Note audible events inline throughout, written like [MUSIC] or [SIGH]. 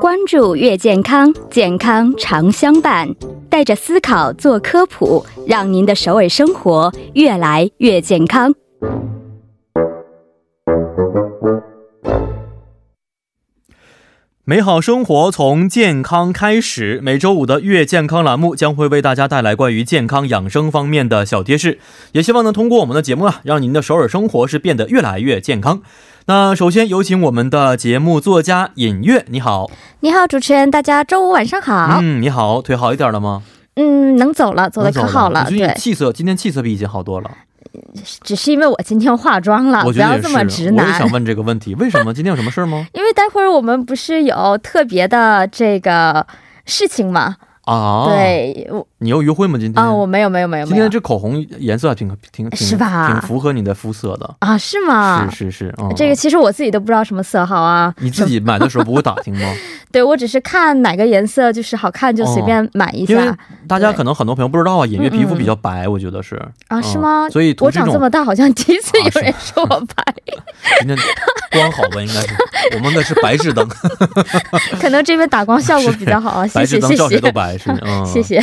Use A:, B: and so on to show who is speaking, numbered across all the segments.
A: 关注越健康，健康常相伴。带着思考做科普，让您的首尾生活越来越健康。
B: 美好生活从健康开始。每周五的月健康栏目将会为大家带来关于健康养生方面的小贴士，也希望能通过我们的节目啊，让您的首尔生活是变得越来越健康。那首先有请我们的节目作家尹月，你好，
C: 你好，主持人，大家周五晚上好。
B: 嗯，你好，腿好一点了吗？
C: 嗯，能走了，走的可好了。
B: 你最近
C: 对，
B: 气色今天气色比以前好多了。
C: 只是因为我今天化妆了，
B: 我
C: 啊不
B: 觉得
C: 要
B: 也
C: 这么
B: 是，
C: 直
B: 我也
C: 男
B: 想。问这个问题，为什么今天有什么事儿吗？
C: [LAUGHS] 因为待会儿我们不是有特别的这个事情吗？
B: 啊，，
C: 对，我
B: 你又约会吗？今天
C: 啊、我没有，没有，没有，
B: 今
C: 没
B: 天
C: 有。
B: 这口红颜色还挺挺挺
C: 是吧
B: 挺符合你的肤色的。
C: 啊，是吗？
B: 是是是，嗯、
C: 这个其实我自己都不知道什么色号啊，
B: 你自己买的时候不会打听吗？
C: 对我只是看哪个颜色就是好看就随便买 [LAUGHS] 一
B: 哦因为
C: 下、
B: 大家可能很多朋友不知道啊，隐约
C: 嗯嗯
B: 皮肤比较白，我觉得是
C: 啊，是吗？
B: 嗯所以涂
C: 我
B: 这
C: 长这
B: 种
C: 么大，好像第一次
B: 啊是
C: 有人说我白，
B: [LAUGHS] 今
C: [LAUGHS]
B: 天光好吧，应该是我们那是白炽灯，
C: 可能这边打光效果比较好啊。谢
B: 白
C: 谢，谢
B: 炽灯照谁
C: 谢
B: 都，白是。嗯，
C: 谢。谢。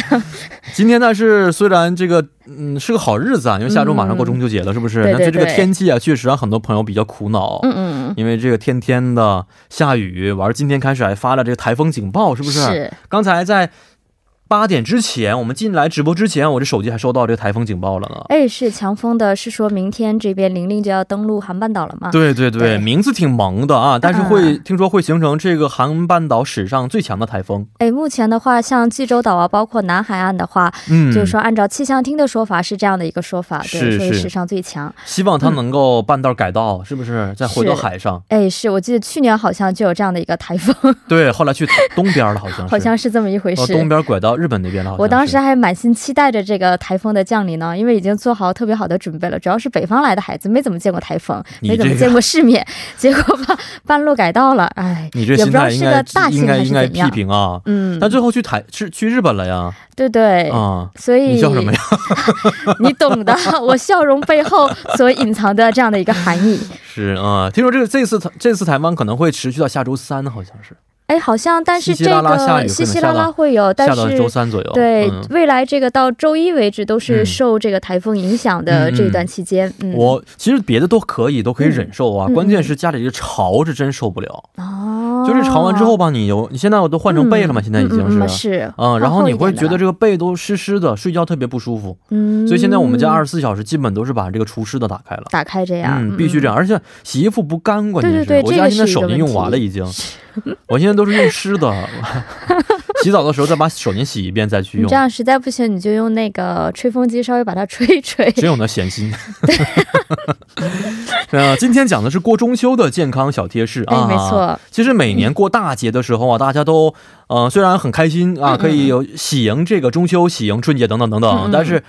B: 今天呢是虽然这个嗯是个好日子啊，因为下周马上过中秋节了，是不是？
C: 对
B: 那
C: 对
B: 对这个
C: 对
B: 天气啊，确实让很多朋友比较苦恼。
C: 嗯嗯，
B: 因为这个天天的下雨，完了今天开始还发了这个台风警报，是
C: 嗯
B: 啊不是？刚才在八点之前，我们进来直播之前，我这手机还收到这个台风警报了呢。
C: 哎，是强风的，是说明天这边玲玲就要登陆韩半岛了吗？
B: 对对对，
C: 对
B: 名字挺萌的啊，但是会、听说会形成这个韩半岛史上最强的台风。
C: 哎，目前的话，像济州岛啊，包括南海岸的话，
B: 嗯，
C: 就是说按照气象厅的说法是这样的一个说法，
B: 是
C: 对，说
B: 是
C: 是史上最强。
B: 希望它能够半道改道，是不是？再回到
C: 是
B: 海上。
C: 哎，是我记得去年好像就有这样的一个台风，
B: 对，后来去东边了，好像
C: [LAUGHS]
B: 啊是。
C: 好像是这么一回
B: 哦，
C: 事。
B: 东边拐到日本那边了，好像是。
C: 我当时还满心期待着这个台风的降临呢，因为已经做好特别好的准备了。主要是北方来的孩子没怎么见过台风，
B: 你
C: 没怎么
B: 这个
C: 见过世面， [LAUGHS] 结果半半路改道了，哎，
B: 你这
C: 也
B: 心
C: 不知道
B: 态
C: 是
B: 应
C: 个
B: 该
C: 大
B: 应
C: 幸
B: 该
C: 还是
B: 应该
C: 怎
B: 批
C: 样。
B: 评啊。
C: 嗯，
B: 但最后去台是去日本了呀，
C: 对对，
B: 啊、
C: 所以
B: 你笑什么呀？ [LAUGHS]
C: 你懂的，我笑容背后所隐藏的这样的一个含义。
B: 是啊、听说这个这次这次台湾可能会持续到下周三，好像是
C: 哎，好像但是
B: 稀
C: 这
B: 稀拉拉下
C: 个
B: 雨可能
C: 稀稀
B: 下
C: 拉
B: 到
C: 拉会有，但
B: 下到周
C: 是。
B: 三左右。
C: 对、
B: 嗯
C: 未来这个到周一为止都
B: 嗯
C: 是受这个台风影响的这一段期间，嗯，
B: 我其实别的都可以，都可以忍受啊，
C: 嗯嗯
B: 关键是家里这潮是真受不了。
C: 哦，
B: 就是潮完之后吧，你有你现在我都换成被了嘛，
C: 嗯
B: 现在已经
C: 嗯
B: 是
C: 嗯、。是，
B: 嗯，然后你会觉得
C: 这，
B: 这个被都湿湿的，睡觉特别不舒服。
C: 嗯，
B: 所以现在我们家二十四小时基本都是把这个除湿的打开了。
C: 打开这样，
B: 嗯，必须这样，而且洗衣服不干，关键是
C: 对对对
B: 我家
C: 这
B: 现
C: 个
B: 在
C: 是一个
B: 手
C: 问
B: 巾
C: 题
B: 用完了
C: [LAUGHS]
B: 已经，我现在都是用湿的， [LAUGHS] 洗澡的时候再把手巾洗一遍再去
C: 你
B: 用
C: 这，样实在不行，你就用那个吹风机稍微把它吹一吹。
B: 真有那闲心。 [LAUGHS] 呃，今天讲的是过中秋的健康小贴士啊，
C: 哎，没。错，
B: 其实每年过大节的时候啊，大家都呃虽然很开心啊，可以有喜迎这个中秋、喜迎春节等等等等，
C: 嗯嗯
B: 但是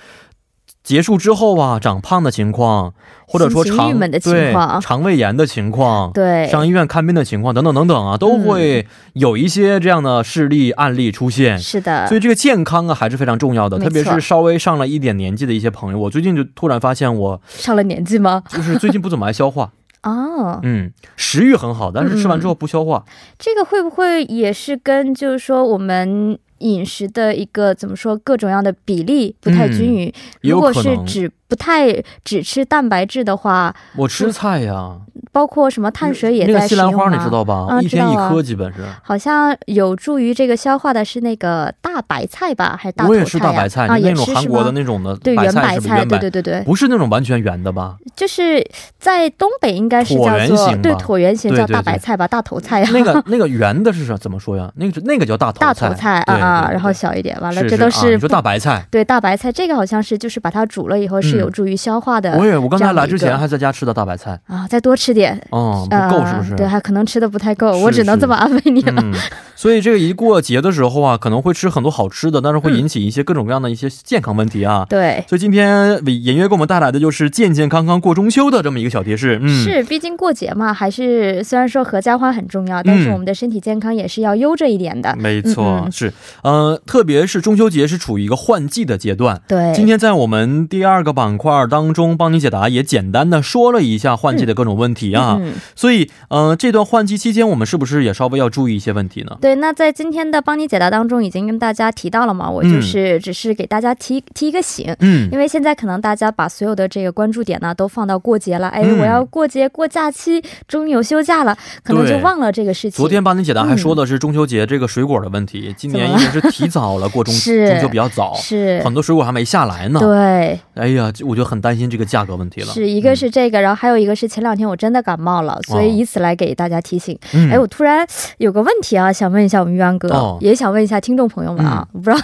B: 结束之后啊，长胖的情况，或者说
C: 心情
B: 肠
C: 郁闷的情
B: 对
C: 况
B: 肠胃炎的情况，
C: 对，嗯
B: 上医院看病的情况等等等等啊，都会有一些这样的事例案例出现。
C: 是的
B: 所，以这个健康啊还是非常重要的，
C: 没
B: 特
C: 错
B: 别是稍微上了一点年纪的一些朋友，我最近就突然发现
C: [LAUGHS]
B: 我
C: 上了年纪吗？
B: 就是最近不怎么爱消化，
C: 哦，
B: 嗯，食欲很好，但是吃完之后不消化，
C: 这个会不会也是跟就是说我们饮食的一个怎么说各种样的比例不太均匀？
B: 嗯也有
C: 如果
B: 可
C: 是
B: 能
C: 只不太只吃蛋白质的话，
B: 我吃菜呀、
C: 包括什么碳水也
B: 那个
C: 在
B: 西
C: 使用
B: 兰
C: 啊。
B: 花你知道吧？
C: 啊
B: 一天一
C: 知道啊
B: 颗基本是。
C: 好像有助于这个消化的是那个大白菜吧，还是大头
B: 我
C: 菜、呀？
B: 也吃大白菜，
C: 啊，
B: 那
C: 也
B: 种
C: 吃
B: 韩国的
C: 是吗？
B: 那种的
C: 对，
B: 白
C: 圆
B: 菜
C: 白
B: 是不是
C: 菜，
B: 圆
C: 对
B: 白？嗯
C: 对对对，
B: 不是那种完全圆的
C: [LAUGHS]
B: 吧？
C: 就是在东北应该是叫
B: 椭圆
C: 做
B: 形吧
C: 对椭圆形
B: 对
C: 叫
B: 对
C: 大
B: 对
C: 白菜吧，大头菜啊呀、[LAUGHS]
B: 那个那个圆的是啥？怎么说呀？那个那个叫大头
C: 大
B: 菜，
C: 头菜啊
B: 对对
C: 啊，
B: 对
C: 然后
B: 对
C: 小一点，完了
B: 是
C: 这都
B: 是啊你说
C: 不
B: 大白菜，
C: 对大白菜，这个好像是就是把它煮了以后是
B: 嗯
C: 有助于消化的。
B: 我也我
C: 这
B: 刚才
C: 样的
B: 来
C: 一
B: 之前
C: 个
B: 还在家吃的大白菜，
C: 啊，再多吃点，
B: 嗯，不
C: 呃
B: 够是不是？
C: 对，还可能吃的不太够，
B: 是
C: 我只能
B: 是
C: [LAUGHS] 这么安慰你了。
B: 嗯，所以这个一过节的时候啊，可能会吃很多好吃的，但是会引起一些各种各样的一些健康问题啊。
C: 对，
B: 所以今天隐约给我们带来的就是健健康康过中秋的这么一个小提示。嗯，
C: 是，啊毕竟过节嘛，还是虽然说合家欢很重要，但是
B: 嗯
C: 我们的身体健康也是要悠着一点的。
B: 没错，
C: 嗯嗯
B: 是，呃，特别是中秋节是处于一个换季的阶段。
C: 对，
B: 今天在我们第二个板块当中，帮你解答也简单的说了一下换季的各种问题啊。
C: 嗯，
B: 所以，呃，这段换季期间，我们是不是也稍微要注意一些问题呢？
C: 对，那在今天的帮你解答当中，已经跟大家提到了嘛，我
B: 嗯
C: 就是只是给大家提提一个醒。
B: 嗯
C: 因为现在可能大家把所有的这个关注点啊呢都放到过节了，哎，
B: 嗯
C: 我要过节过假期，终于有休假了，可能
B: 对
C: 就忘了这个事情。
B: 昨天帮你解答还说的是中秋节这个水果的问题，今年
C: 嗯怎
B: 因
C: 么
B: 为是提早了
C: [LAUGHS]
B: 过中
C: 是
B: 中秋比较早，
C: 是
B: 很多水果还没下来呢。
C: 对，
B: 哎呀，这我就很担心这个价格问题了。
C: 是一个
B: 嗯哦
C: 是这个，然后还有一个是前两天我真的感冒了，所以以此来给大家提醒。
B: 嗯
C: 哎，我突然有个问题啊，想问一下我们玉安哥、
B: 哦嗯
C: 也想问一下听众朋友们啊，我不知道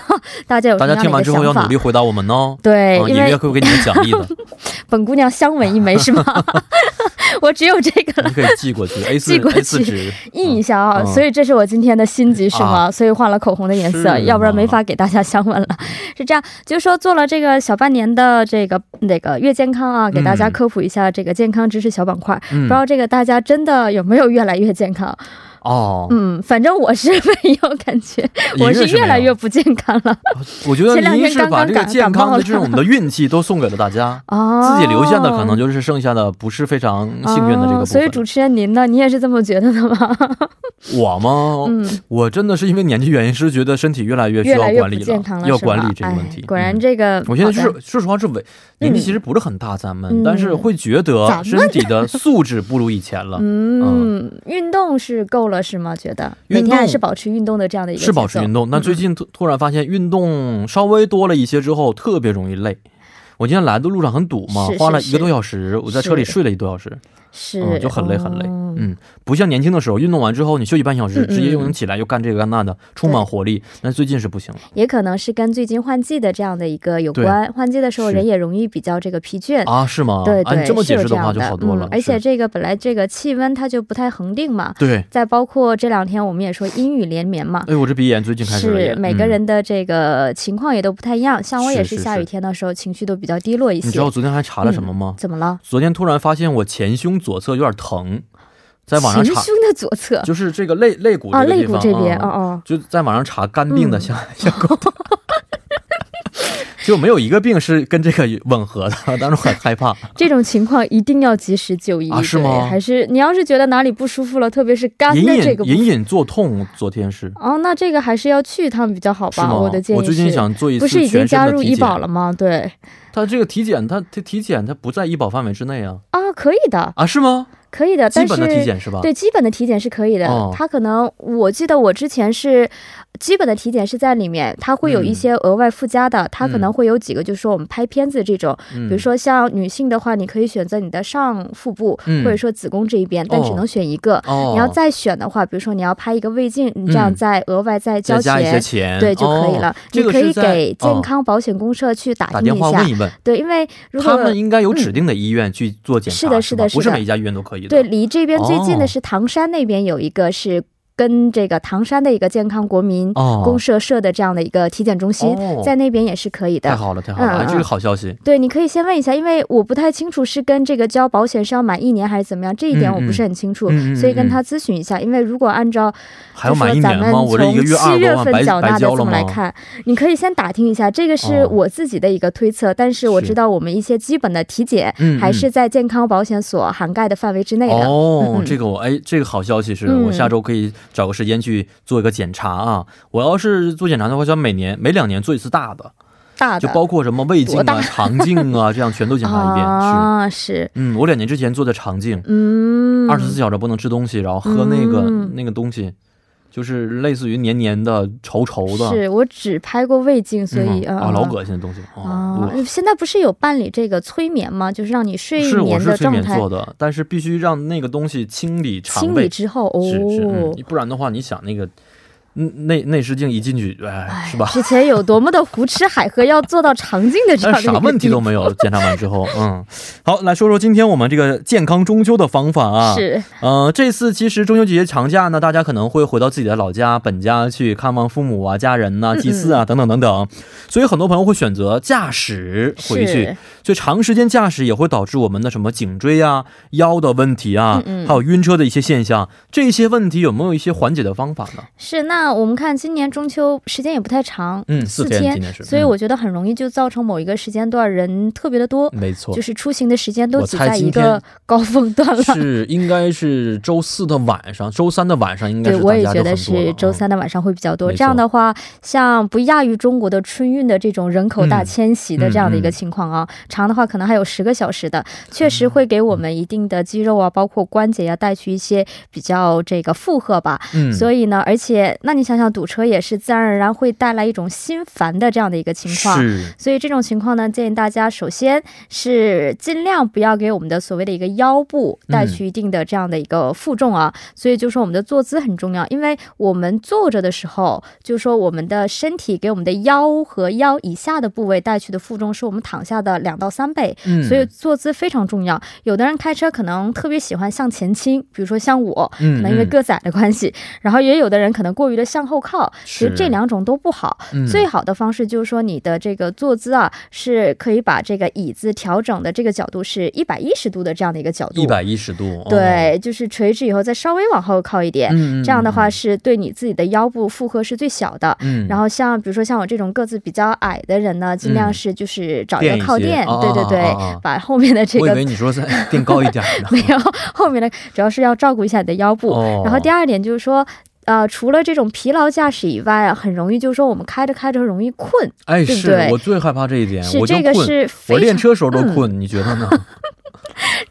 C: 大家有什
B: 大
C: 么
B: 家
C: 样的
B: 听
C: 一个
B: 完之后要
C: 想
B: 努
C: 法
B: 力？回答我们哦。
C: 对，
B: 啊，
C: 因
B: 隐约
C: 为
B: 会给你们奖
C: [LAUGHS]
B: 励的，
C: 本姑娘香吻一枚
B: [LAUGHS]
C: 是吗？我只有这个了
B: 你，可以寄过去 A 四
C: 寄过去
B: A 四纸。
C: 印一下啊、
B: 嗯
C: 所以这是我今天的心急是吗、
B: 啊
C: 所以换了口红的颜色，
B: 是嗯
C: 要不然没
B: 吗
C: 法给大家香吻了。 [LAUGHS] 是这样，就是说做了这个小半年的这个那个月健康啊，给大家
B: 嗯
C: 科普一下这个健康知识小板块。不
B: 嗯
C: 知，道这个大家真的有没有越来越健康？
B: 哦，
C: 嗯，反正我是没有感觉，
B: 隐
C: 我
B: 约
C: 是
B: 是
C: 越来
B: 没
C: 越
B: 有。
C: 不健康了。
B: 我觉得
C: 前两
B: 您
C: 天
B: 是
C: 刚
B: 把
C: 刚
B: 这个
C: 感
B: 健康
C: 感冒
B: 的
C: 了
B: 这种的运气都送给了大
C: [LAUGHS]
B: 家，
C: 哦，
B: [LAUGHS] 自己留下的可能就是剩下的不是非常幸运的这个部分。
C: 哦所以主持人您呢，你也是这么觉得的吗？
B: 我吗？
C: 嗯，
B: 我真的是因为年纪原因，是觉得身体越
C: [LAUGHS]
B: 来越需
C: 越
B: 要
C: 来越
B: 管
C: 不
B: 理
C: 健康了，
B: 要
C: 是吧
B: 管理这个问题。
C: 哎、果然
B: 嗯
C: 这个，
B: 我现在就
C: 好的
B: 是说实话是伪年纪其实不是很大，咱们、
C: 嗯
B: 但是会觉得
C: 咱们
B: 身体的素质不如以前了，
C: 嗯，运动是够了是吗？觉得每
B: 运
C: 天还
B: 动
C: 是保持运动的这样的一个
B: [LAUGHS] 是保持运
C: 动。
B: 动。但最近突突然发现运动稍微多了一些之后，特别容易累。我今天来的路上很堵嘛
C: 是，是
B: 花了一个多小时，我在车里睡了一个多小时，
C: 是、
B: 嗯，就很累很累。
C: 哦
B: 嗯，不像年轻的时候，运动完之后你休息半小时，
C: 嗯嗯
B: 直接又能起来，又干这个干那的，充满活力。但最近是不行了
C: 也可能是跟最近换季的这样的一个有
B: 对
C: 关。换季的时候
B: 是
C: 人也容易比较这个疲倦。
B: 啊，是吗？
C: 对
B: 啊，
C: 对，
B: 你
C: 是
B: 这么解
C: 有
B: 释
C: 这
B: 的
C: 样
B: 话
C: 的
B: 就好多了
C: 嗯。。而且
B: 是
C: 这个本来这个气温它就不太恒定嘛，
B: 对，
C: 再包括这两天我们也说阴雨连绵嘛，
B: 哎，我这鼻炎最近开始了也嗯
C: 是每个、人的这个情况也都不太一样。像我也
B: 是
C: 是
B: 是
C: 下
B: 是
C: 雨天的时候情绪都比较低落一
B: 嗯你知
C: 些
B: 道。我昨天还查了什么吗？
C: 怎么了？
B: 昨天突然发现我前胸左侧有点疼，在网上
C: 前
B: 查，
C: 胸的左侧
B: 就是这个肋肋骨
C: 啊，
B: 这个
C: 肋
B: 地
C: 骨
B: 方
C: 这边，哦嗯
B: 啊
C: 哦，
B: 就在网上查肝病的相相关的。就没有一个病是跟这个吻合的，当时很
C: [LAUGHS]
B: 害怕。
C: 这种情况一定要及时就医，
B: 啊是
C: 对
B: 吗
C: 还是你要是觉得哪里不舒服了，特别是肝
B: 隐
C: 的这
B: 隐
C: 个部
B: 隐隐作痛，昨天是
C: 哦，那这个还是要去一趟比较好
B: 是
C: 吧？
B: 吗？
C: 我
B: 我
C: 的建议是，
B: 最近想做一
C: 不
B: 次
C: 是已
B: 全
C: 经
B: 身
C: 加
B: 的
C: 入
B: 体
C: 医保
B: 检，
C: 了吗？对
B: 他这个体检，他他体检他不在医保范围之内啊
C: 啊，可以的，
B: 啊是吗？
C: 可以的，
B: 基
C: 呃但是
B: 本的体检是吧？
C: 对基本的体检是可以的。
B: 哦
C: 它可能我记得我之前是基本的体检是在里面，它会有一
B: 嗯
C: 些额外附加的，它可
B: 嗯
C: 能会有几个，就是说我们拍片子这种，
B: 嗯，
C: 比如说像女性的话，你可以选择你的上腹部、
B: 嗯
C: 或者说子宫这一边，但只
B: 哦
C: 能选一个。
B: 哦，
C: 你要再选的话，比如说你要拍一个胃镜，你这样
B: 嗯
C: 再额外再交
B: 再加一些
C: 钱，
B: 钱，
C: 对就可以了。
B: 哦、这个
C: 你可以
B: 是在哦
C: 给健、康保险公社去打
B: 哦、打
C: 听
B: 电
C: 一
B: 话
C: 下，
B: 问一问，
C: 对，因为如
B: 他
C: 果嗯
B: 们应该有指定的医院去做检查，
C: 是的是的
B: 吧
C: 是的
B: 不是每一家医院都可以的。
C: 对，离这边最近
B: 哦
C: 的是唐山那边有一个是跟这个唐山的一个健康国民
B: 哦，
C: 公社社的这样的一个体检中心，
B: 哦
C: 在那边也是可以
B: 太
C: 的。
B: 好了，太好了，
C: 嗯
B: 哎
C: 嗯
B: 这个好消息。
C: 对，你可以先问一下，因为我不太清楚是跟这个交保险是要满一年还是怎么样，这一点
B: 嗯
C: 我不是很清楚，
B: 嗯嗯嗯
C: 所以跟他咨询一下。因为如果按照
B: 还要满一年
C: 就说咱
B: 吗？
C: 们
B: 我这一个月
C: 从七
B: 二十多
C: 月
B: 万
C: 份
B: 白
C: 缴
B: 白
C: 纳的
B: 交了
C: 这么来
B: 吗？
C: 看，你可以先打听一下，这个是
B: 哦
C: 我自己的一个推测，但是我知道我们一些基本的体检
B: 嗯嗯
C: 还是在健康保险所涵盖的范围之内的。
B: 哦
C: 嗯，嗯
B: 这个我哎，这个好消息是、
C: 嗯
B: 我下周可以找个时间去做一个检查啊。我要是做检查的话，就要每年每两年做一次大的，
C: 大
B: 就
C: 的
B: 包括什么胃镜
C: 多大
B: 啊、肠镜啊，这样全都检查
C: [LAUGHS]
B: 一遍。是，
C: 啊，是，
B: 嗯，我两年之前做的肠镜，
C: 嗯，
B: 二十四小时不能吃东西，然后喝那个、
C: 嗯
B: 那个东西，就是类似于黏黏的、稠稠的，
C: 是我只拍过胃镜，所以、呃
B: 嗯、啊，老恶心的东西
C: 啊
B: 啊。，
C: 现在不是有办理这个催眠吗？就是让你睡
B: 是，我
C: 眠
B: 是
C: 的
B: 催
C: 状
B: 眠
C: 态
B: 做的，但是必须让那个东西清理肠
C: 清理
B: 胃，嗯
C: 之后，哦，
B: 是是、嗯，不然的话，你想那个嗯内内视镜一进去，哎，是吧？
C: 之前有多么的胡吃海喝，要做到肠镜的这样
B: 但
C: 的一
B: 是啥
C: 个
B: 问题
C: 地
B: 都没有，检查完之后，嗯，好，来说说今天我们这个健康中秋的方法啊。。
C: 是
B: 呃，这次其实中秋节长假呢，大家可能会回到自己的老家、本家去看望父母啊、家人呐、
C: 嗯嗯
B: 祭祀啊等等等等，所以很多朋友会选择驾驶回去，
C: 是
B: 所以长时间驾驶也会导致我们的什么颈椎啊、腰的问题啊，
C: 嗯嗯
B: 还有晕车的一些现象，这些问题有没有一些缓解的方法呢？
C: 是。那我们看今年中秋时间也不太长，
B: 嗯，四
C: 四
B: 天今天是，嗯
C: 所以我觉得很容易就造成某一个时间段人特别的多，
B: 嗯、没错
C: 就。是出行的时间都
B: 我
C: 挤
B: 猜
C: 在
B: 今
C: 一个
B: 天
C: 高峰段了。
B: 是，应该是周四的晚上，周三的晚上应该
C: 对，
B: 是
C: 我也
B: 大家
C: 觉
B: 就
C: 得
B: 很多了嗯啊
C: 是周三的晚上会比较多。
B: 没
C: 这样
B: 错
C: 的话，像不亚于中国的春运的这种人口大
B: 嗯
C: 迁徙的这样的一
B: 嗯
C: 个
B: 嗯
C: 情况啊，长的话可能还有十个小时的，确实
B: 嗯
C: 会给我们一定的肌肉啊，包括关节啊带去一些比较这个负荷吧。
B: 嗯，
C: 所
B: 以
C: 以呢，而且那你想想，堵车也是自然而然会带来一种心烦的这样的一个情况。
B: 是
C: 所以这种情况呢，建议大家首先是尽量不要给我们的所谓的一个腰部带
B: 嗯
C: 去一定的这样的一个负重啊。所以就说我们的坐姿很重要，因为我们坐着的时候，就说我们的身体给我们的腰和腰以下的部位带去的负重是我们躺下的两到三倍，
B: 嗯，
C: 所以坐姿非常重要。有的人开车可能特别喜欢向前倾，比如说像我，可
B: 嗯，
C: 能因为
B: 嗯
C: 个子矮的关系，然后也有的人可能过于的向后靠，其实
B: 是
C: 这两种都不好。
B: 嗯
C: 最好的方式就是说，你的这个坐姿啊，是可以把这个椅子调整的这个角度是一百一十度的这样的一个角度，
B: 一百一十度，哦，
C: 对，就是垂直以后再稍微往后靠一点，
B: 嗯，嗯
C: 这样的话，是对你自己的腰部负荷是最小的。
B: 嗯，
C: 然
B: 后
C: 后像比如说像我这种个子比较矮的人呢，尽量是就是找一
B: 嗯
C: 个
B: 垫一
C: 靠
B: 些
C: 垫，
B: 啊
C: 对对
B: 啊
C: 对，
B: 啊啊
C: 把后面的这
B: 我以
C: 个
B: 为你说是 [LAUGHS] 垫高一点呢，
C: [LAUGHS] 没有，后面的主要是要照顾一下你的腰部。
B: 哦
C: 然后第二点就是说。呃，除了这种疲劳驾驶以外啊，很容易就是说我们开着开着容易困，对
B: 哎，
C: 不
B: 是
C: 对
B: 我最害怕这一点，
C: 是
B: 我就
C: 这个
B: 困。
C: 是非常
B: 我
C: 嗯
B: 练车时候都困，你觉得
C: [LAUGHS]
B: 呢？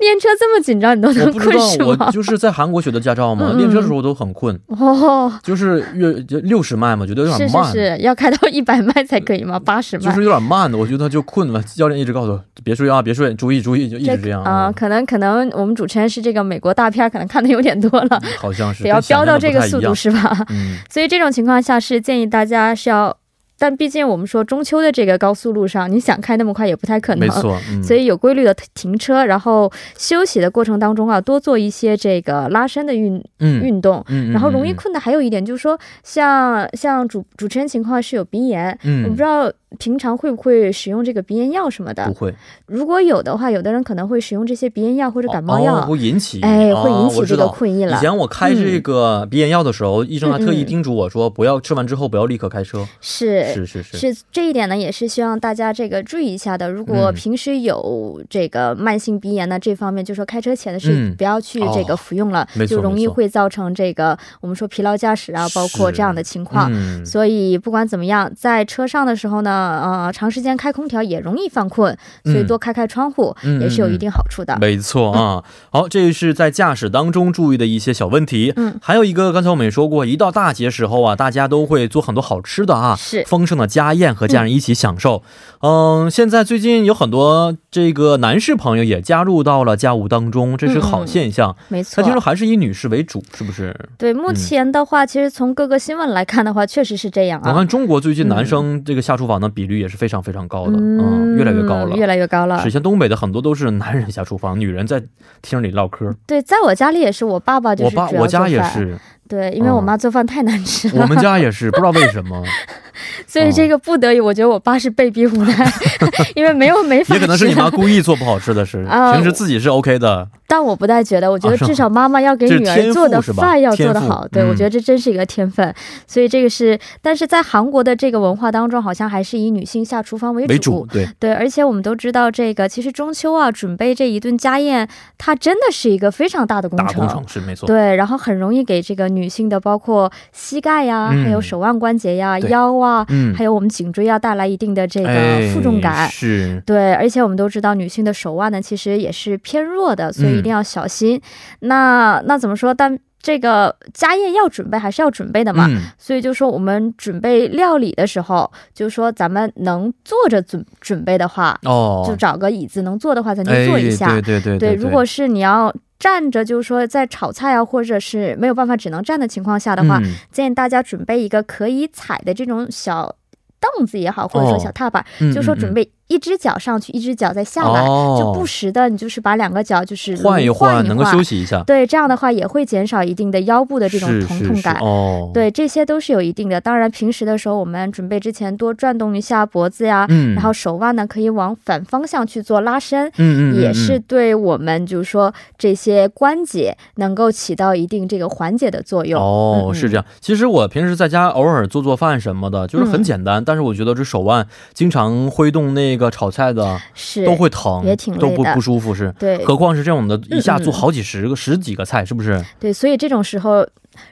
C: 练车这么紧张，你都
B: 我
C: 能
B: 不知
C: 困是
B: 道，我
C: 吗？
B: 就是在韩国学的驾照嘛，
C: 嗯嗯
B: 练车时候我都很困，
C: 哦，
B: 就是越就六十迈嘛，觉得有
C: 是
B: 点
C: 是
B: 慢，呃
C: 是，要开到一百迈才可以吗？八十迈？
B: 就是有点慢，我觉得就困了。教练一直告诉我别睡啊，别睡，注意注意，就一直这样
C: 啊、可能可能我们主持人是这个美国大片儿，可能看的有点多了，
B: 好像嗯是
C: 得要飙到这个速度，
B: 跟
C: 是吧？ [LAUGHS]
B: 想象的不太一嗯样
C: 所以这种情况下是建议大家是要，但毕竟我们说中秋的这个高速路上，你想开那么快也不太可
B: 嗯，
C: 能
B: 没。错，嗯，
C: 所以有规律的停车，然后休息的过程当中啊，多做一些这个拉伸的运
B: 嗯
C: 运动。
B: 嗯，
C: 然后容易
B: 嗯，
C: 困的还有一点就是说，像像主主持人情况是有鼻炎，
B: 嗯，
C: 我不知道平常会不会使用这个鼻炎药什么
B: 不
C: 的。
B: 会
C: 如果有的话，有的人可能会使用这些鼻炎药或者感冒药，
B: 哦、会引起，
C: 哎，
B: 哦
C: 会引
B: 我
C: 起
B: 知
C: 这个
B: 道
C: 困意了嗯
B: 以。前我开这个鼻炎药的时候，医生还啊特意
C: 嗯嗯
B: 叮嘱我说，不要吃完之后不要立刻开车。
C: 是
B: 是是是，
C: 是这一点呢，也是希望大家这个注意一下的。如果
B: 嗯
C: 平时有这个慢性鼻炎呢，这方面就说开车前的
B: 嗯
C: 是不要去这个服用了，
B: 没错
C: 就容
B: 没
C: 易
B: 错
C: 会造成这个我们说疲劳驾驶啊，包括这样的情况。
B: 嗯，
C: 所以不管怎么样，在车上的时候呢，呃，长时间开空调也容易犯困，所以
B: 嗯
C: 多开开窗户、
B: 嗯
C: 也是有
B: 嗯
C: 一
B: 嗯
C: 定好处的。
B: 没错啊。好，这是在驾驶当中注意的一些小问题。
C: 嗯，
B: 还有一个，刚才我们也说过，一到大节时候啊，大家都会做很多好吃的啊。
C: 是
B: 丰盛的家宴和家人一起享受，嗯、现在最近有很多这个男士朋友也加入到了家务当中，这是好现象。
C: 嗯没错
B: 但听。说嗯还是以女士为主，是不是？
C: 对，目前的话、其实从各个新闻来看的话，确实是这样
B: 我
C: 啊。
B: 看中国最近男生这个下厨房的比率也是非常非常高的，嗯，越来越高了。
C: 越来越高了
B: 是，。像东北的很多都是男人下厨房，女人在厅里唠嗑。
C: 对，在我家里也是，我爸爸就
B: 我
C: 是主要
B: 爸
C: 做饭。
B: 我家也是，啊
C: 对，因为我妈做饭太难吃
B: 我
C: 了，
B: 们家啊也是，不知道为
C: [LAUGHS]
B: 什么，
C: 所以这个不得已，我觉得我爸是被逼无奈，
B: [LAUGHS]
C: 因为没有没法。
B: 也可能是你妈。故意做不好吃的
C: [LAUGHS]
B: 事，
C: 啊
B: 平时自己是 OK 的。
C: 但我不太觉得，我觉
B: 啊
C: 得
B: 是吗
C: 至少妈妈要给
B: 这是
C: 女
B: 天
C: 儿做
B: 赋
C: 的
B: 是吧
C: 饭要做得
B: 天赋
C: 好。对，我
B: 嗯
C: 觉得这真是一个天分。所以这个是，但是在韩国的这个文化当中，好像还是以女性下厨房为主。
B: 为主，对，
C: 对，而且我们都知道，这个其实中秋啊，准备这一顿家宴，它真的是一个非常大的工
B: 大
C: 程。
B: 工程是没错。
C: 对，然后很容易给这个女性的，包括膝盖呀、
B: 嗯
C: 还有手腕关节呀、
B: 对
C: 腰啊，
B: 嗯
C: 还有我们颈椎啊，带来一定的这
B: 哎
C: 个负重感。
B: 是。
C: 对，而且我们都知道，女性的手腕呢，其实也是偏弱的，所
B: 嗯
C: 以一定要小心。那那怎么说？但这个家宴要准备，还是要准备的嘛。
B: 嗯，
C: 所以就说我们准备料理的时候，就说咱们能坐着准准备的话，
B: 哦，
C: 就找个椅子能坐的话，咱就
B: 哎，
C: 坐一下。
B: 对对对
C: 对，如果是你要站着就是说在炒菜啊，或者是没有办法只能站的情况下的话，
B: 嗯
C: 建议大家准备一个可以踩的这种小凳子也好，或者说小踏板，
B: 嗯
C: 就说准备一只脚上去，一只脚再下来，
B: 哦
C: 就不时的你就是把两个脚就是
B: 换一
C: 换，
B: 能够休。息一下，
C: 对，这样的话也会减少一定的腰部的这种
B: 是
C: 疼
B: 是
C: 痛
B: 是
C: 感。
B: 哦，，
C: 对，这些都是有一定的。当然，平时的时候我们准备之前多转动一下脖子呀，
B: 嗯，
C: 然后手腕呢可以往反方向去做拉伸，
B: 嗯嗯嗯
C: 也
B: 嗯
C: 是对我们就是说这些关节能够起到一定这个缓解的作用。
B: 哦，
C: 嗯
B: 是这样。其实我平时在家偶尔做做饭什么的，就是
C: 嗯
B: 很简单，但是我觉得这手腕经常挥动那个炒菜的，
C: 是，
B: 都会疼，
C: 也挺累
B: 都不
C: 的
B: 不舒服是。
C: 对
B: 何况是这种的，一下
C: 嗯
B: 做好几十个、十几个菜，是
C: [LAUGHS]
B: 不是？
C: 对，所以这种时候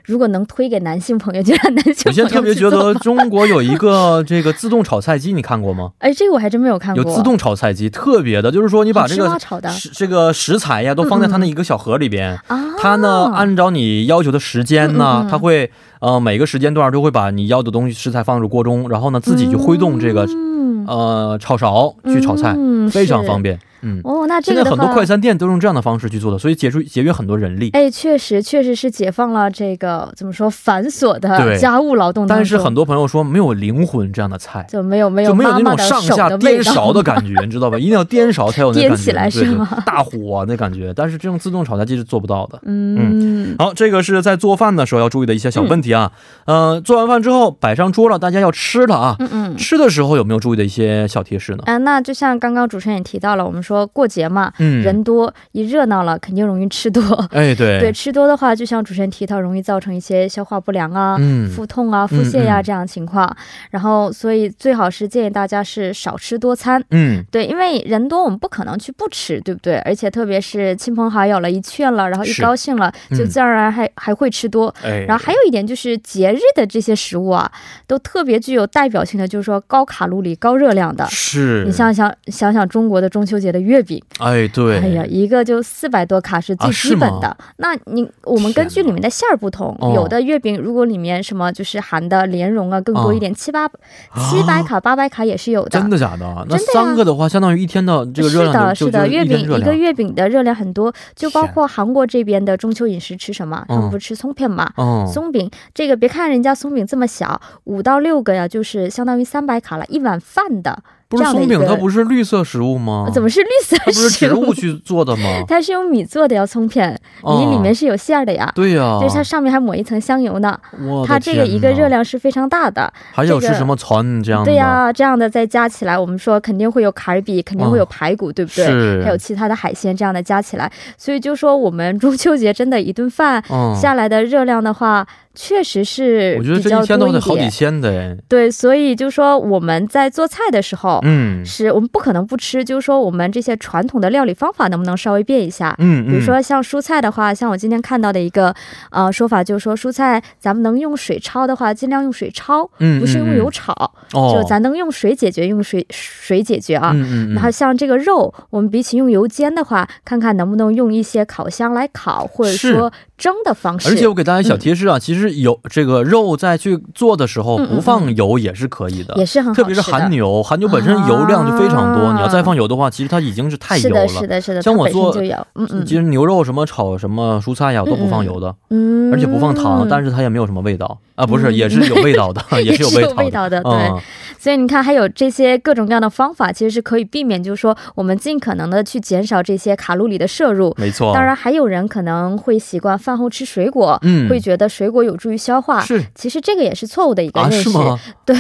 C: 如果能推给男性朋友，就让男性
B: 有
C: 朋
B: 些
C: 友
B: 特别
C: 去
B: 觉
C: 做
B: 得
C: 吧
B: 中国有一个这个自动炒菜机，你看过吗？
C: 哎，这个我还真没有看
B: 有
C: 过，
B: 自动炒菜机，特别的，就是说你把
C: 好
B: 这
C: 吃
B: 个
C: 吗炒的嗯
B: 食这个食材呀，都放在它那一个小盒里边。
C: 啊，
B: 它呢，按照你要求的时间呢，
C: 嗯嗯嗯
B: 它会呃每个时间段都会把你要的东西食材放入锅中，然后呢自己就挥动这个、
C: 嗯
B: 呃炒勺去炒菜，
C: 嗯
B: 非常方
C: 便。
B: 便。嗯，
C: 哦，那这
B: 现
C: 个
B: 在
C: 的
B: 很多
C: 话
B: 快餐店都用这样的方式去做的，所以节出节约很多人力。
C: 哎，确实，确实是解放了这个怎么说繁琐
B: 对
C: 的家务劳动当中，
B: 但是很多朋友说没有灵魂这样的菜。
C: 就没有没
B: 就
C: 有
B: 没有
C: 妈
B: 那
C: 妈
B: 种
C: 的
B: 上
C: 手
B: 下
C: 的味
B: 颠
C: 道
B: 勺的感觉，你 [LAUGHS] 知道吧？一定要颠勺才有那感
C: 颠 [LAUGHS]
B: 觉，
C: 起来是吗
B: 对对大火啊那感觉。但是这种自动炒菜机是做不到的。
C: 嗯，
B: 好，这个是在做饭的时候要注意的一些小问题啊。呃，做完饭之后摆上桌了，大家要吃了啊。
C: 嗯嗯。
B: 吃的时候有没有注意的一些小提示呢？
C: 啊，那就像刚刚主持人也提到了，我们说过节嘛，
B: 嗯，
C: 人多一热闹了，肯定容易吃多。
B: 哎对
C: 对，吃多的话，就像主持人提到，容易造成一些消化不良啊、
B: 嗯
C: 腹痛啊、腹泻呀、
B: 嗯嗯
C: 这样的情况。然后，所以最好是建议大家是少吃多餐。
B: 嗯，
C: 对，因为人多，我们不可能去不吃，对不对？而且特别是亲朋好友了，一劝了，然后一
B: 是
C: 高兴了，
B: 嗯
C: 就自然而然还、还会吃多。
B: 哎，
C: 然后还有一点就是节日的这些食物啊，都特别具有代表性的，就是说高卡路里、高热量的。
B: 是
C: 你想想想想中国的中秋节的月饼，
B: 哎对，
C: 哎呀，一个就四百多卡是最
B: 啊
C: 基本的。
B: 是
C: 那你我们根据里面的馅儿不同
B: 天哪哦，
C: 有的月饼如果里面什么就是含的莲蓉啊更多一点，七八七百卡、八百卡也是有的。
B: 哦真的假的？那
C: 真的呀
B: 三个的话，相当于一天的这个热
C: 是
B: 量
C: 的，
B: 就是就
C: 的，
B: 是
C: 月
B: 一天热
C: 饼一个
B: 量。
C: 月饼的热量很多，就包
B: 天
C: 括韩国这边的中秋饮食吃什么，他
B: 嗯
C: 们不是吃松片嘛，
B: 嗯，
C: 松饼，这个别看人家松饼这么小，五到六个呀，就是相当于三百卡了，一碗饭的。
B: 不是
C: 这样的
B: 松
C: 一
B: 饼，
C: 个
B: 它不是绿色食物吗？
C: 怎么是绿色
B: 哦它不是植
C: 食？
B: 物去做 [LAUGHS] 的吗
C: 它是用米做的呀，松片，
B: 哦
C: 米里面是有馅儿的呀。
B: 对呀、哦
C: 就是它上面还抹一层香油呢，
B: 我的
C: 它这个
B: 天
C: 一个
B: 哪
C: 热量是非常大的。
B: 还有
C: 这
B: 是
C: 个
B: 什么团这样的？
C: 对呀、这样的再加起来，我们说肯定会有卡尔比，肯定会有
B: 哦
C: 排骨，对不对？
B: 是
C: 还有其他的海鲜，这样的加起来，所以就说我们中秋节真的一顿饭
B: 嗯，
C: 下来的热量的话，确实是
B: 我觉得
C: 比
B: 这
C: 较
B: 一天
C: 多
B: 都
C: 一
B: 得好几
C: 点。
B: 千的哎。
C: 对，所以就说我们在做菜的时候，
B: 嗯
C: 是我们不可能不吃，就是说我们这些传统的料理方法能不能稍微变一下？
B: 嗯，
C: 比如说像蔬菜的话，像我今天看到的一个呃说法，就是说蔬菜咱们能用水焯的话，尽量用水焯，
B: 嗯，嗯
C: 不是用油，炒，
B: 嗯哦、
C: 就咱能用水解决，用水水解决啊。
B: 嗯嗯嗯，
C: 然后像这个肉，我们比起用油煎的话，看看能不能用一些烤箱来烤，或者
B: 是
C: 说蒸的方式。
B: 而且我给大家小提示啊，其实有这个肉在去做的时候
C: 嗯嗯
B: 不放油也是可以的，
C: 也是很好吃
B: 特
C: 的，
B: 别是韩牛，韩牛本身油量就非常多，
C: 啊
B: 你要再放油的话，其实它已经是太
C: 是
B: 油
C: 的，
B: 了。
C: 是的，是的，
B: 像
C: 它
B: 我
C: 本身
B: 做
C: 就有，嗯嗯
B: 其实牛肉什么炒什么蔬菜呀，我都不放油的，
C: 嗯，
B: 而且不放糖，但
C: 是
B: 是它也没有什么味道啊，不是，
C: 嗯
B: 也是有味道的，
C: [LAUGHS]
B: 也是有
C: 是
B: 味
C: 有
B: 道的，
C: 味道的，对。
B: 嗯，
C: 所以你看，还有这些各种各样的方法，其实是可以避免，就是说我们尽可能的去减少这些卡路里的摄入。
B: 没错。
C: 当然，还有人可能会习惯饭后吃水果，
B: 嗯
C: 会觉得水果有助于消化。
B: 是
C: 其实这个也是错误的一个
B: 啊，
C: 认
B: 是
C: 识，
B: 吗？
C: 对，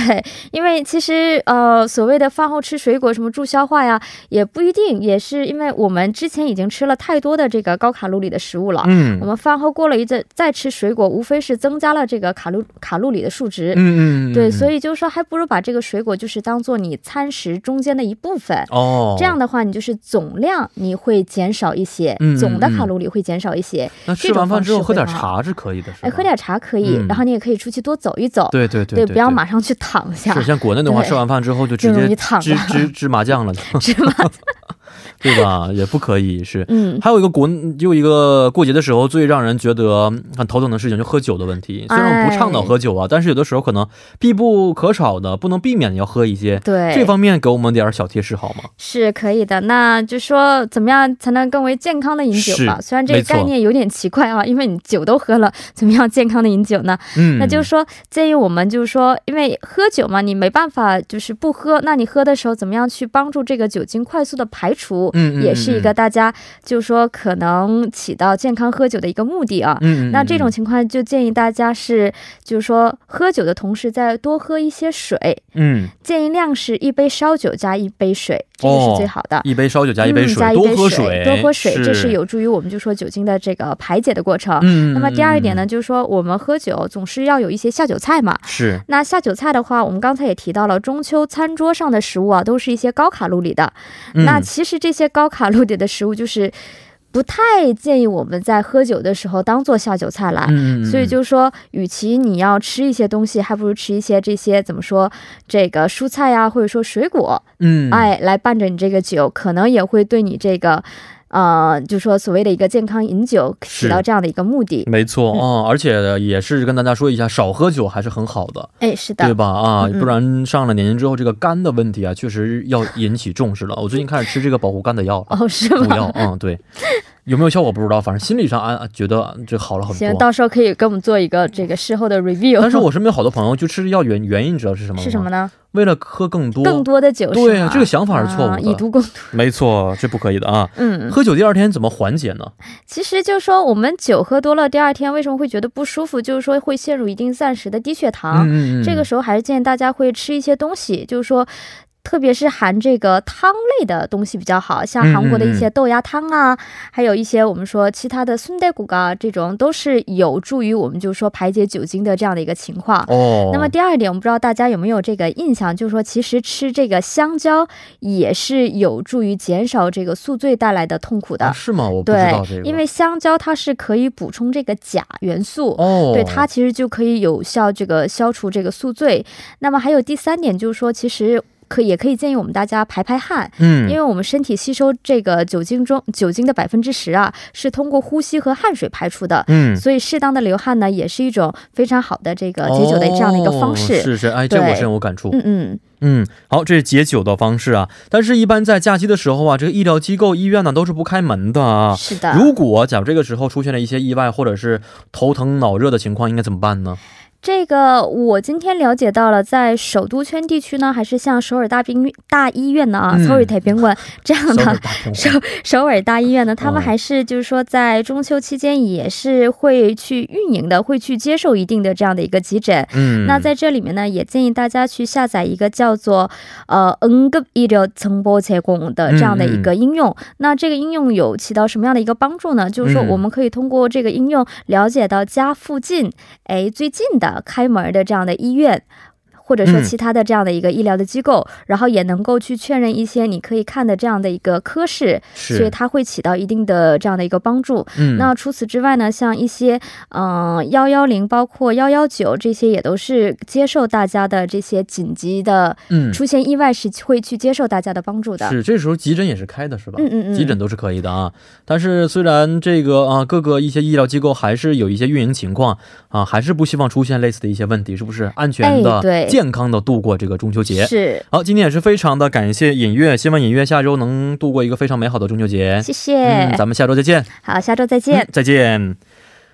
C: 因为其实呃，所谓的饭后吃水果什么助消化呀，也不一定，也是因为我们之前已经吃了太多的这个高卡路里的食物了，
B: 嗯
C: 我们饭后过了一阵再吃水果，无非是增加了这个卡路卡路里的数值。
B: 嗯嗯，
C: 对，所
B: 以
C: 以就是说，还不如把这个水果就是当做你餐食中间的一部分。
B: 哦，
C: 这样的话，你就是总量你会减少一些，
B: 嗯嗯
C: 总的
B: 嗯
C: 卡路里会减少一些。
B: 那
C: 这
B: 吃完
C: 种
B: 饭
C: 方
B: 之后
C: 式
B: 喝
C: 会
B: 点
C: 吗
B: 茶是可以的，是吧？
C: 哎，喝点茶可以、
B: 嗯
C: 然后你也可以出去多走一走，
B: 对对对
C: 不要马上去躺下
B: 是，像国内的话，
C: 对
B: 吃完饭之后就直
C: 就容
B: 接
C: 易躺
B: 支
C: 了 [LAUGHS]
B: 支支麻将了，
C: 是吗？
B: [LAUGHS] 对吧？也不可以是。
C: 嗯，
B: 还有一个国，又一个过节的时候，最让人觉得很头疼的事情，就喝酒的问题。虽然我
C: 哎
B: 不倡导喝酒啊，但是有的时候可能必不可少的，不能避免的要喝一些。
C: 对，
B: 这方面给我们点儿小贴士好
C: [LAUGHS]
B: 吗？
C: 是可以的。那就说怎么样才能更为健康的饮酒吧？
B: 是
C: 虽然这个
B: 没错
C: 概念有点奇怪啊，因为你酒都喝了，怎么样健康的饮酒呢？
B: 嗯，
C: 那就是说建议我们就是说，因为喝酒嘛，你没办法就是不喝，那你喝的时候怎么样去帮助这个酒精快速的排除？
B: 嗯嗯嗯
C: 也是一个大家就是说可能起到健康喝酒的一个目的啊。
B: 嗯，嗯
C: 那这种
B: 嗯
C: 情况就建议大家是，就是说喝酒的同时再多喝一些水，
B: 嗯，
C: 建议量是一杯烧酒加一杯水，这个
B: 哦
C: 是最好的。
B: 一杯烧酒加一杯
C: 嗯，
B: 水，
C: 加一
B: 多
C: 杯
B: 喝
C: 水，
B: 水，
C: 多喝水，这是。有助于我们就说酒精的这个排解的过程。
B: 嗯，
C: 那么第二点呢，
B: 嗯，
C: 就是说我们喝酒总是要有一些下酒菜嘛。
B: 是
C: 那下酒菜的话，我们刚才也提到了，中秋餐桌上的食物啊，都是一些高卡路里的。那
B: 嗯
C: 其实这些高卡路里的食物，就是不太建议我们在喝酒的时候当做下酒菜来。
B: 嗯，嗯
C: 所以就说，与其你要吃一些东西，还不如吃一些这些怎么说，这个蔬菜呀、或者说水果，
B: 嗯，
C: 哎，来伴着你这个酒，可能也会对你这个，呃，就说所谓的一个健康饮酒起
B: 是
C: 到这样的一个目的。
B: 没错啊、而且也是跟大家说一下，少喝酒还是很好的，
C: 哎，是
B: 对
C: 的，
B: 吧？啊，
C: 嗯嗯
B: 不然上了年纪之后，这个肝的问题啊，确实要引起重视了。我最近开始吃这个保护肝的药
C: [LAUGHS]
B: 了，
C: 哦，是
B: 补
C: 吗？
B: 药，嗯，对，有没有效果不知道，反正心理上安啊觉得这好了很
C: 行，
B: 多。
C: 到时候可以给我们做一个这个事后的 review。
B: 但是我身边好多朋友就吃药原原因知道是什么吗？
C: 是什么呢？
B: 为了喝更多，
C: 更多的酒是吗，
B: 对啊这个想法是错误的
C: 啊以毒攻毒。
B: 没错，这不可以的啊。 [LAUGHS]
C: 嗯，
B: 喝酒第二天怎么缓解呢？
C: 其实就说我们酒喝多了，第二天为什么会觉得不舒服，就是说会陷入一定暂时的低血糖。
B: 嗯嗯嗯，
C: 这个时候还是建议大家会吃一些东西，就是说。特别是含这个汤类的东西比较好，
B: 嗯
C: 像韩国的一些豆芽汤啊，还有一些我们说其他的순대국啊，这种都是有助于我们就是说排解酒精的这样的一个情况。
B: 哦，
C: 那么第二点，我们不知道大家有没有这个印象，就是说，其实吃这个香蕉也是有助于减少这个宿醉带来的痛苦的。
B: 啊是吗？我不知
C: 对
B: 道这个，，
C: 因为香蕉它是可以补充这个钾元素。
B: 哦，
C: 对它其实就可以有效这个消除这个宿醉。那么还有第三点就是说，其实可也可以建议我们大家排排汗，
B: 嗯，
C: 因为我们身体吸收这个酒精中酒精的百分之十啊，是通过呼吸和汗水排出的。
B: 嗯，
C: 所以适当的流汗呢，也是一种非常好的这个解酒的这样的一个方式。
B: 哦、是是，哎，这
C: 对
B: 我深有感触。
C: 嗯嗯，
B: 嗯，好，这是解酒的方式啊。但是，一般在假期的时候啊，这个医疗机构、医院呢都是不开门的啊。
C: 是的。
B: 如果假如这个时候出现了一些意外或者是头疼脑热的情况，应该怎么
C: [LAUGHS]
B: 办呢？
C: 这个我今天了解到了，在首都圈地区呢，还是像首尔大病院大医院呢啊，
B: 嗯
C: 首尔
B: [LAUGHS]
C: 太平馆这样
B: 稍微
C: 的。
B: 打电
C: 首 [LAUGHS]
B: 话
C: 首尔大医院呢，他们
B: 哦
C: 还是就是说，在中秋期间也是会去运营的，会去接受一定的这样的一个急诊。
B: 嗯，
C: 那在这里面呢，也建议大家去下载一个叫做呃 응급医疗정보提供的这样的一个应用、那这个应用有起到什么样的一个帮助呢？就是说，
B: 嗯
C: 我们可以通过这个应用了解到家附近哎最近的开门的这样的医院。或者说
B: 嗯
C: 其他的这样的一个医疗的机构、然后也能够去确认一些你可以看的这样的一个科室，所以
B: 是，
C: 它会起到一定的这样的一个帮助。
B: 嗯，
C: 那除此之外呢，像一些嗯幺幺零，包括幺幺九这些，也都是接受大家的这些紧急的、
B: 嗯
C: 出现意外是会去接受大家的帮助的。
B: 是，这时候急诊也是开的，是吧？
C: 嗯嗯嗯，
B: 急诊都是可以的啊。但是虽然这个啊，各个一些医疗机构还是有一些运营情况啊，还是不希望出现类似的一些问题，是不是？安全的、
C: 哎对
B: 健康的度过这个中秋节。
C: 是，
B: 好，今天也是非常的感谢尹月，希望尹月下周能度过一个非常美好的中秋节。
C: 谢谢、
B: 嗯，咱们下周再见。
C: 好，下周再见。
B: 嗯，再见。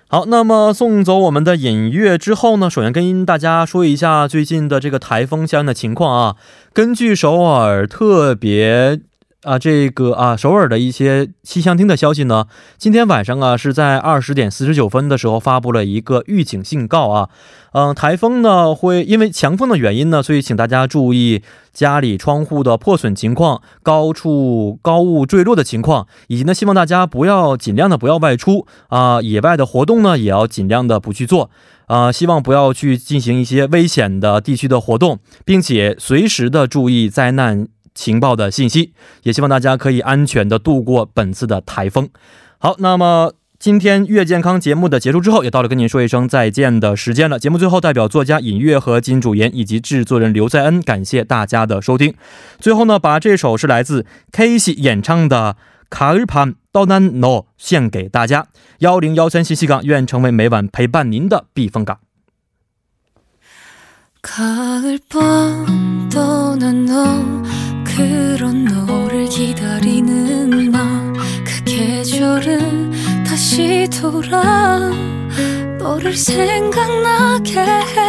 B: 好，那么送走我们的尹月之后呢，首先跟大家说一下最近的这个台风相应的情况啊。根据首尔特别啊这个啊首尔的一些气象厅的消息呢，今天晚上啊是在二十点四十九分的时候发布了一个预警信告啊。嗯，台风呢会因为强风的原因呢，所以请大家注意家里窗户的破损情况、高处高物坠落的情况，以及呢，希望大家不要尽量的不要外出啊、野外的活动呢也要尽量的不去做啊、希望不要去进行一些危险的地区的活动，并且随时的注意灾难情报的信息，也希望大家可以安全的度过本次的台风。好，那么。今天月健康节目的结束之后，也到了跟您说一声再见的时间了。节目最后，代表作家尹月和金主妍以及制作人刘在恩，感谢大家的收听。最后呢，把这首是来自 k c 演唱的《卡日潘到南诺》献给大家。幺零幺三信息港愿成为每晚陪伴您的避风港。
D: 가을 밤 떠난 너 그런 너를 기다리는 나 그 계절은 다시 돌아 너를 생각나게 해